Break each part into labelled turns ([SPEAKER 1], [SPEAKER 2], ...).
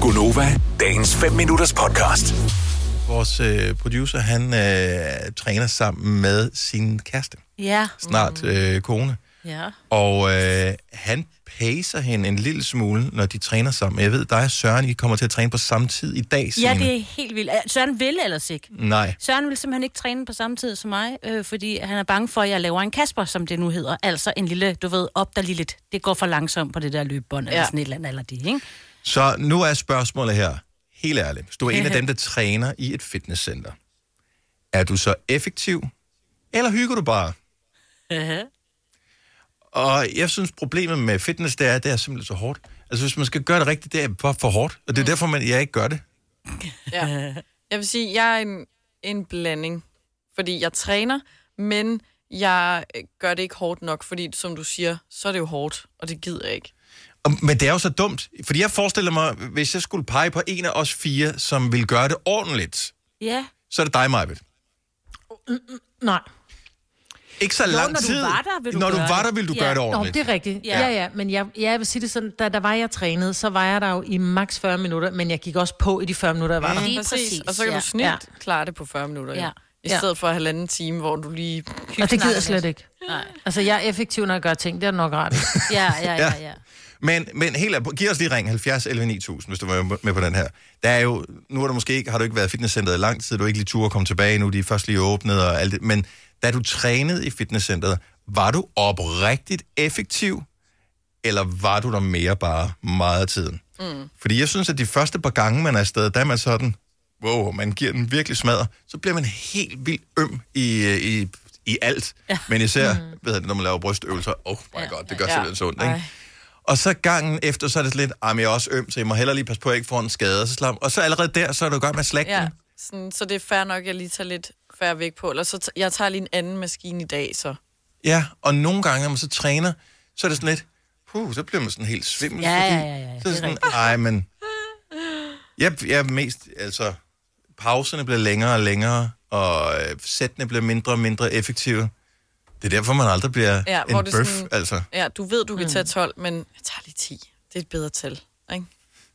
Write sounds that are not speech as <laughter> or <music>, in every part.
[SPEAKER 1] Gunova, dagens 5 minutters podcast.
[SPEAKER 2] Vores øh, producer, han øh, træner sammen med sin kæreste,
[SPEAKER 3] Ja. Mm.
[SPEAKER 2] snart øh, kone.
[SPEAKER 3] Ja.
[SPEAKER 2] Og øh, han pacer hende en lille smule, når de træner sammen. Jeg ved, dig og Søren, I kommer til at træne på samme tid i dag,
[SPEAKER 3] ja,
[SPEAKER 2] Signe.
[SPEAKER 3] det er helt vildt. Er- Søren vil ellers ikke.
[SPEAKER 2] Nej.
[SPEAKER 3] Søren vil simpelthen ikke træne på samme tid som mig, øh, fordi han er bange for, at jeg laver en Kasper, som det nu hedder. Altså en lille, du ved, op der lige lidt. Det går for langsomt på det der løbebånd, ja. eller
[SPEAKER 4] Ja.
[SPEAKER 3] sådan et eller andet, eller det, ikke?
[SPEAKER 2] Så nu er spørgsmålet her, helt ærligt. Hvis du er en af dem, der træner i et fitnesscenter, er du så effektiv, eller hygger du bare? Og jeg synes, problemet med fitness, det er, at det er simpelthen så hårdt. Altså, hvis man skal gøre det rigtigt, det er for, for hårdt.
[SPEAKER 3] Mm.
[SPEAKER 2] Og det er derfor, man, jeg ikke gør det.
[SPEAKER 4] Ja. Jeg vil sige, jeg er en, en blanding, fordi jeg træner, men jeg øh, gør det ikke hårdt nok, fordi som du siger, så er det jo hårdt, og det gider jeg ikke.
[SPEAKER 2] Og- Men det er jo så dumt. Fordi jeg forestiller mig, hvis jeg skulle pege på en af os fire, som vil gøre det ordentligt,
[SPEAKER 3] Ja.
[SPEAKER 2] så er det dig, Majbet.
[SPEAKER 5] Nej.
[SPEAKER 2] Ikke så lang
[SPEAKER 3] når du
[SPEAKER 2] tid.
[SPEAKER 3] var der, vil du
[SPEAKER 2] når du
[SPEAKER 3] gøre
[SPEAKER 2] var
[SPEAKER 3] det.
[SPEAKER 2] der, vil du
[SPEAKER 3] Ja.
[SPEAKER 2] gøre det
[SPEAKER 5] Nå,
[SPEAKER 2] ordentligt.
[SPEAKER 5] det er rigtigt.
[SPEAKER 3] Ja.
[SPEAKER 5] Ja, ja, ja men jeg, ja, jeg vil sige det sådan, da der var jeg trænet, så var jeg der jo i maks 40 minutter, men jeg gik også på i de 40 minutter, jeg var der.
[SPEAKER 3] Lige præcis,
[SPEAKER 4] Og så kan
[SPEAKER 3] ja.
[SPEAKER 4] du snilt
[SPEAKER 5] Ja.
[SPEAKER 4] ja. klare det på 40 minutter,
[SPEAKER 3] Ja.
[SPEAKER 4] ja. I
[SPEAKER 5] Ja.
[SPEAKER 4] stedet for halvanden time, hvor du lige...
[SPEAKER 5] Og det gider jeg
[SPEAKER 3] snakker
[SPEAKER 5] slet
[SPEAKER 3] lidt.
[SPEAKER 5] ikke. Nej. Altså, jeg er effektiv, når jeg gør ting. Det er nok ret. i.
[SPEAKER 3] Ja, ja, ja, ja.
[SPEAKER 2] Men, men helt ærligt, giv os lige ring 70 11 9000, hvis du var med på den her. Der er jo, nu er du måske ikke, har du ikke været i fitnesscenteret i lang tid, du er ikke lige tur at komme tilbage nu, de er først lige åbnet og alt det. Men da du trænede i fitnesscenteret, var du oprigtigt effektiv, eller var du der mere bare meget af tiden? Mm. Fordi jeg synes, at de første par gange, man er afsted, der er man sådan, wow, man giver den virkelig smadre, så bliver man helt vildt øm i, øh, i, i alt. Ja. Men især, mm. ved jeg, når man laver brystøvelser, oh my god, det gør ja. simpelthen så ondt, ikke?
[SPEAKER 4] Ej.
[SPEAKER 2] Og så gangen efter, så er det sådan lidt, ah, men jeg er også øm, så jeg må hellere lige passe på, at jeg ikke får en skade. Og så, slap. og så allerede der, så er du godt med at slække
[SPEAKER 4] Ja,
[SPEAKER 2] ja.
[SPEAKER 4] sådan, så det er fair nok, at jeg lige tager lidt færre væk på, eller så t- jeg tager lige en anden maskine i dag, så...
[SPEAKER 2] ja, og nogle gange, når man så træner, så er det sådan lidt, puh, så bliver man sådan helt svimmel.
[SPEAKER 3] Ja,
[SPEAKER 2] fordi-
[SPEAKER 3] ja, ja, ja, det
[SPEAKER 2] Så er
[SPEAKER 3] er
[SPEAKER 2] det sådan, ej, men... Jeg, jeg er mest, altså, pauserne bliver længere og længere, og øh, sættene bliver mindre og mindre effektive. Det er derfor, man aldrig bliver
[SPEAKER 4] Ja,
[SPEAKER 2] ja,
[SPEAKER 4] hvor
[SPEAKER 2] en
[SPEAKER 4] det
[SPEAKER 2] bøf,
[SPEAKER 4] sådan-
[SPEAKER 2] altså.
[SPEAKER 4] Ja, du ved, du kan
[SPEAKER 3] Mm.
[SPEAKER 4] tage 12, men jeg tager lige 10. Det er et bedre tal, ikke?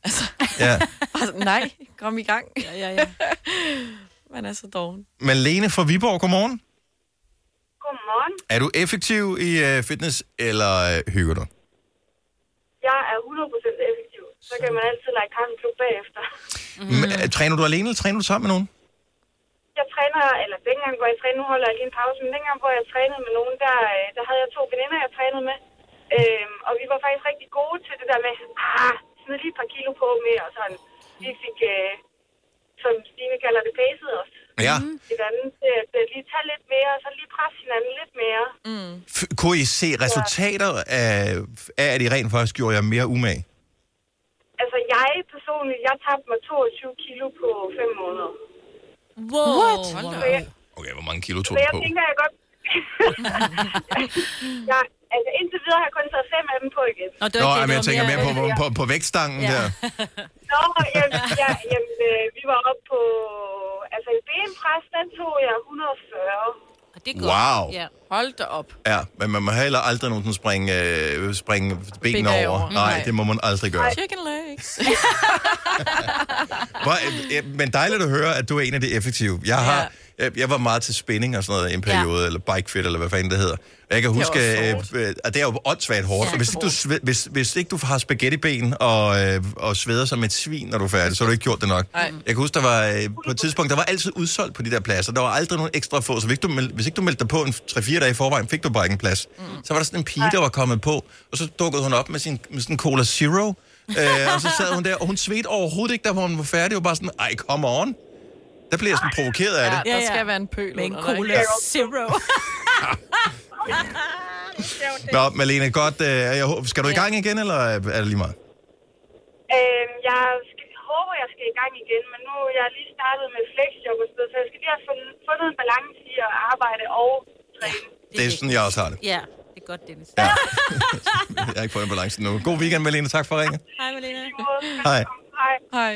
[SPEAKER 4] Altså,
[SPEAKER 2] Ja.
[SPEAKER 4] <laughs> bare, nej, kom i gang. <laughs> Ja, ja, ja. Man er så doven.
[SPEAKER 2] Malene fra Viborg, godmorgen.
[SPEAKER 6] Godmorgen.
[SPEAKER 2] Er du effektiv i øh, fitness, eller øh, hygger du?
[SPEAKER 6] Jeg er 100% effektiv. Så kan man altid lege kaffeklub bagefter.
[SPEAKER 2] Mm. Træner du alene, eller træner du sammen med nogen?
[SPEAKER 6] Jeg træner, eller dengang, hvor jeg trænede, nu holder jeg lige en pause, men dengang, hvor jeg trænede med nogen, der, øh, der havde jeg to veninder, jeg trænede med. Øhm, og vi var faktisk rigtig gode til det der med, ah, smid lige et par kilo på med, og sådan. Vi fik, øh, som Stine kalder det, pacet os.
[SPEAKER 2] Ja.
[SPEAKER 6] Hinanden til at øh, lige tage lidt mere, og så lige presse hinanden lidt mere.
[SPEAKER 2] F- kunne I se resultater af, af, at I rent faktisk gjorde jer mere umage?
[SPEAKER 6] Altså, jeg personligt, jeg tabte mig 22 kilo på 5 måneder.
[SPEAKER 3] Wow. What?
[SPEAKER 6] Så jeg,
[SPEAKER 2] Okay, hvor mange kilo tog
[SPEAKER 6] Så
[SPEAKER 2] du
[SPEAKER 6] jeg
[SPEAKER 2] på?
[SPEAKER 6] tænker, jeg godt... <laughs> jeg, altså, indtil videre har jeg kun taget fem af dem på igen.
[SPEAKER 3] Nå, det
[SPEAKER 2] Nå,
[SPEAKER 3] var
[SPEAKER 2] ej,
[SPEAKER 3] ikke,
[SPEAKER 2] men jeg
[SPEAKER 3] det,
[SPEAKER 2] tænker
[SPEAKER 3] det var
[SPEAKER 2] mere på, på, på, på vægtstangen ja.
[SPEAKER 3] Ja.
[SPEAKER 2] der.
[SPEAKER 6] Nå, jamen, ja, jamen, øh, vi var oppe på... Altså, i benpres, den tog jeg 140.
[SPEAKER 3] Det er godt.
[SPEAKER 2] Wow.
[SPEAKER 3] Ja.
[SPEAKER 4] Hold da op.
[SPEAKER 2] Ja, men man må heller aldrig nogensinde springe, øh, springe benene
[SPEAKER 4] Benene
[SPEAKER 2] over. over.
[SPEAKER 4] over.
[SPEAKER 2] Nej,
[SPEAKER 4] Nej.
[SPEAKER 2] det må man aldrig gøre.
[SPEAKER 4] Chicken legs.
[SPEAKER 2] Hvor, øh, øh, men dejligt at høre, at du er en af de effektive. Jeg, har, jeg, jeg var meget til spinning og sådan noget i en periode, ja. eller bikefit, eller hvad fanden det hedder. Jeg kan huske,
[SPEAKER 4] også
[SPEAKER 2] øh,
[SPEAKER 4] hårdt.
[SPEAKER 2] øh, at det er jo åndssvagt hårdt. Ja, hvis, ikke du, sve- hvis, hvis ikke du har spaghettiben og, øh, og sveder som et svin, når du er færdig, så har du ikke gjort det nok.
[SPEAKER 4] Nej.
[SPEAKER 2] Jeg kan huske, der var øh, på et tidspunkt, der var altid udsolgt på de der pladser. Der var aldrig nogen ekstra at få, så hvis ikke du, meld, hvis ikke du meldte dig på en 3-4 dage i forvejen, fik du bare ikke en plads. Mm. Så var der sådan en pige, der var kommet på, og så dukkede hun op med sin med sådan en Cola Zero, øh, og så sad hun der, og hun svedte overhovedet ikke, da hun var færdig. Det var bare sådan, ej, come on. Der blev jeg sådan provokeret af det.
[SPEAKER 4] Ja,
[SPEAKER 3] Ja,
[SPEAKER 4] der
[SPEAKER 3] ja.
[SPEAKER 4] skal være en pøl
[SPEAKER 3] Med en
[SPEAKER 4] under dig.
[SPEAKER 3] cola zero.
[SPEAKER 2] Nå, Malene, godt. Øh, jeg, håber- skal du i gang igen, eller er det lige meget?
[SPEAKER 6] Øhm, jeg skal, håber, jeg skal i gang igen, men nu er jeg lige startet med flexjob og sådan noget, så jeg skal lige have fundet, fundet en balance i at arbejde og træne.
[SPEAKER 2] Det er sådan, jeg også har det.
[SPEAKER 3] Ja, det er godt, Dennis.
[SPEAKER 2] Ja. jeg har ikke fået en balance nu. God weekend, Malene. Tak for ringet.
[SPEAKER 3] Hej, Malene.
[SPEAKER 2] Hej.
[SPEAKER 6] Hej.
[SPEAKER 4] Hej.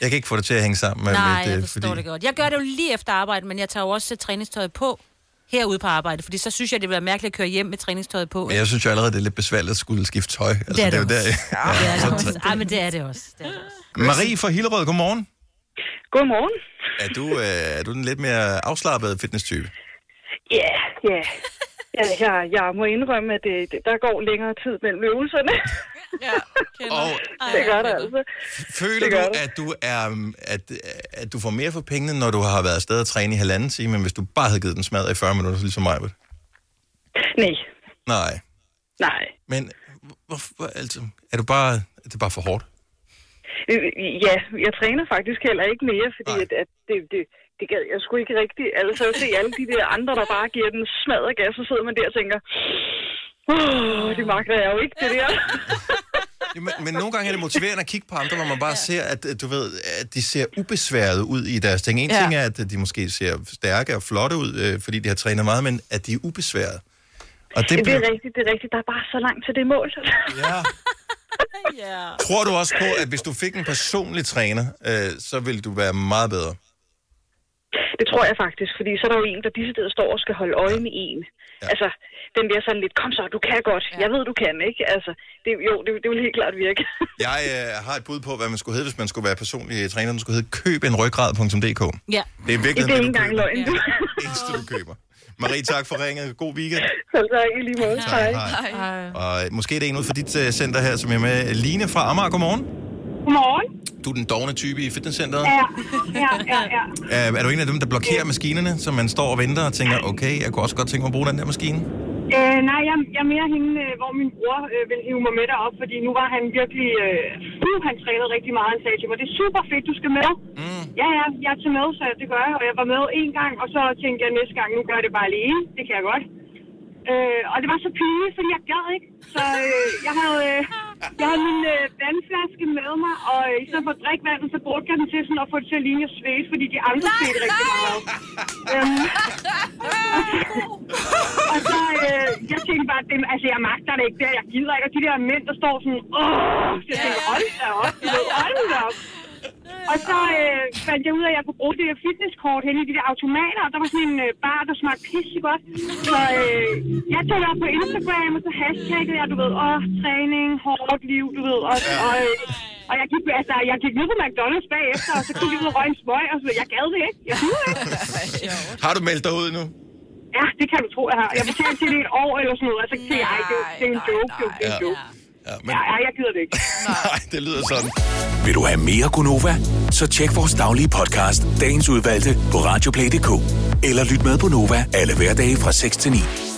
[SPEAKER 2] Jeg kan ikke få det til at hænge sammen med
[SPEAKER 3] Nej,
[SPEAKER 2] mit... øh,
[SPEAKER 3] jeg forstår det godt. Jeg gør det jo lige efter arbejde, men jeg tager jo også øh, træningstøjet på herude på arbejde, fordi så synes jeg, det ville være mærkeligt at køre hjem med træningstøjet på.
[SPEAKER 2] Men jeg synes jo allerede, det er lidt besværligt at skulle skifte tøj. Altså,
[SPEAKER 3] Det er
[SPEAKER 2] jo
[SPEAKER 3] det
[SPEAKER 2] der.
[SPEAKER 3] Ja, <laughs> det er det også. Ej, men det er det også. Det er det også.
[SPEAKER 2] Marie fra Hillerød, godmorgen.
[SPEAKER 7] Godmorgen.
[SPEAKER 2] Er du, øh, er du den lidt mere afslappede fitness-type?
[SPEAKER 7] Ja, ja. Ja, jeg, jeg må indrømme, at det, det, der går længere tid mellem øvelserne. <laughs>
[SPEAKER 4] Ja, kender.
[SPEAKER 2] Og
[SPEAKER 4] Ej,
[SPEAKER 7] det gør
[SPEAKER 4] jeg
[SPEAKER 7] der
[SPEAKER 4] kender.
[SPEAKER 7] altså.
[SPEAKER 2] føler
[SPEAKER 7] gør
[SPEAKER 2] du,
[SPEAKER 7] det.
[SPEAKER 2] at du, er, mm, at, at du får mere for pengene, når du har været afsted og træne i halvanden time, end hvis du bare havde givet den smadret i 40 minutter, ligesom mig? Britt?
[SPEAKER 7] Nej,
[SPEAKER 2] Nej.
[SPEAKER 7] nej.
[SPEAKER 2] Men hvorfor, altså, er du bare, er det bare for hårdt?
[SPEAKER 7] Øh, Ja, jeg træner faktisk heller ikke mere, fordi
[SPEAKER 2] Nej.
[SPEAKER 7] at, at det, det, det gad jeg sgu ikke rigtigt. Altså, at se alle de der andre, der bare giver den smadret gas, så sidder man der og tænker, åh, det magter jeg jo ikke, det <laughs> der.
[SPEAKER 2] Men, men nogle gange er det motiverende at kigge på andre, når man bare ja. ser, at øh, du ved, at de ser ubesværet ud i deres ting. En ja.
[SPEAKER 4] Ja.
[SPEAKER 2] ting er, at øh, de måske ser stærke og flotte ud, øh, fordi de har trænet meget, men at de er ubesværet. Og det,
[SPEAKER 7] Det
[SPEAKER 2] bliver-
[SPEAKER 7] er rigtigt, det er rigtigt. Der er bare så langt til det mål. <laughs>
[SPEAKER 2] Ja. Tror du også på, at hvis du fik en personlig træner, øh, så ville du være meget bedre?
[SPEAKER 7] Det tror jeg faktisk, fordi så er der jo en, der disse steder står og skal holde øje med en. Ja. Altså, den der sådan lidt, kom så, du kan godt. Ja. Jeg ved, du kan, ikke? Altså, det, jo, det, det vil helt klart virke. <laughs>
[SPEAKER 2] Jeg øh, har et bud på, hvad man skulle hedde, hvis man skulle være personlig træner. Den skulle hedde købenryggrad.dk.
[SPEAKER 3] Ja.
[SPEAKER 2] Det er virkelig
[SPEAKER 7] det
[SPEAKER 2] det,
[SPEAKER 7] er ikke
[SPEAKER 2] du
[SPEAKER 7] engang
[SPEAKER 2] køber.
[SPEAKER 7] løgn, du. Ja. <laughs>
[SPEAKER 2] Det eneste, du køber. Marie, tak for ringet. God weekend.
[SPEAKER 7] Selv tak, i lige måde. Hej.
[SPEAKER 2] Hej.
[SPEAKER 5] Ej.
[SPEAKER 2] Og øh, måske er det en ud for dit øh, center her, som er med. Line fra Amager, godmorgen.
[SPEAKER 6] Godmorgen.
[SPEAKER 2] Du er den dogne type i fitnesscenteret.
[SPEAKER 6] Ja, ja, ja, ja.
[SPEAKER 2] Øh, er du en af dem, der blokerer maskinerne, så man står og venter og tænker, okay, jeg kunne også godt tænke mig at bruge den der maskine?
[SPEAKER 6] Øh, nej, jeg, jeg er mere hende, øh, hvor min bror øh, ville hive mig med derop, fordi nu var han virkelig... Øh, uh, han trænede rigtig meget. Han sagde til mig, det er super fedt, du skal med. Mm. Ja, ja, jeg tager med, så det gør jeg. Og jeg var med en gang, og så tænkte jeg næste gang, nu gør jeg det bare alene. Det kan jeg godt. Øh, og det var så pinligt, fordi jeg gad ikke. Så øh, jeg havde, øh, jeg havde min øh, vandflaske med mig, og øh, i stedet for at drikke vandet, så brugte jeg den til sådan at få det til at ligne at svede, fordi de andre svedte rigtig meget. Øhm, og så, øh, jeg tænkte bare, at det, altså, jeg magter det ikke der, jeg gider ikke. Og de der mænd, der står sådan, åh, så jeg tænkte, hold da op, du ved, hold da op. Og så øh, fandt jeg ud af, at jeg kunne bruge det der fitnesskort hen i de der automater, og der var sådan en øh, bar, der smagte pisse godt. Så øh, jeg tog det op på Instagram, og så hashtaggede jeg, du ved, åh, træning, hårdt liv, du ved, og, og, øh, og jeg gik, altså, jeg gik ned på McDonald's bagefter, og så gik jeg ud og røg en smøg, og så jeg gad det ikke, jeg kunne ikke.
[SPEAKER 2] <laughs> Har du meldt dig ud nu?
[SPEAKER 6] Ja, det kan du tro, jeg har. Jeg betalte til det i et år eller sådan noget, og så tænkte jeg, "Ej, det, er jo- det er en
[SPEAKER 4] Nej,
[SPEAKER 6] joke, det er jo- det er
[SPEAKER 2] nej,
[SPEAKER 6] en joke.
[SPEAKER 2] Ja, men...
[SPEAKER 6] Nej, jeg gider det ikke.
[SPEAKER 2] <laughs> Nej, det lyder sådan.
[SPEAKER 1] Vil du have mere Gunova? Så tjek vores daglige podcast, dagens udvalgte, på radioplay.dk. Eller lyt med på Nova alle hverdage fra 6 til 9.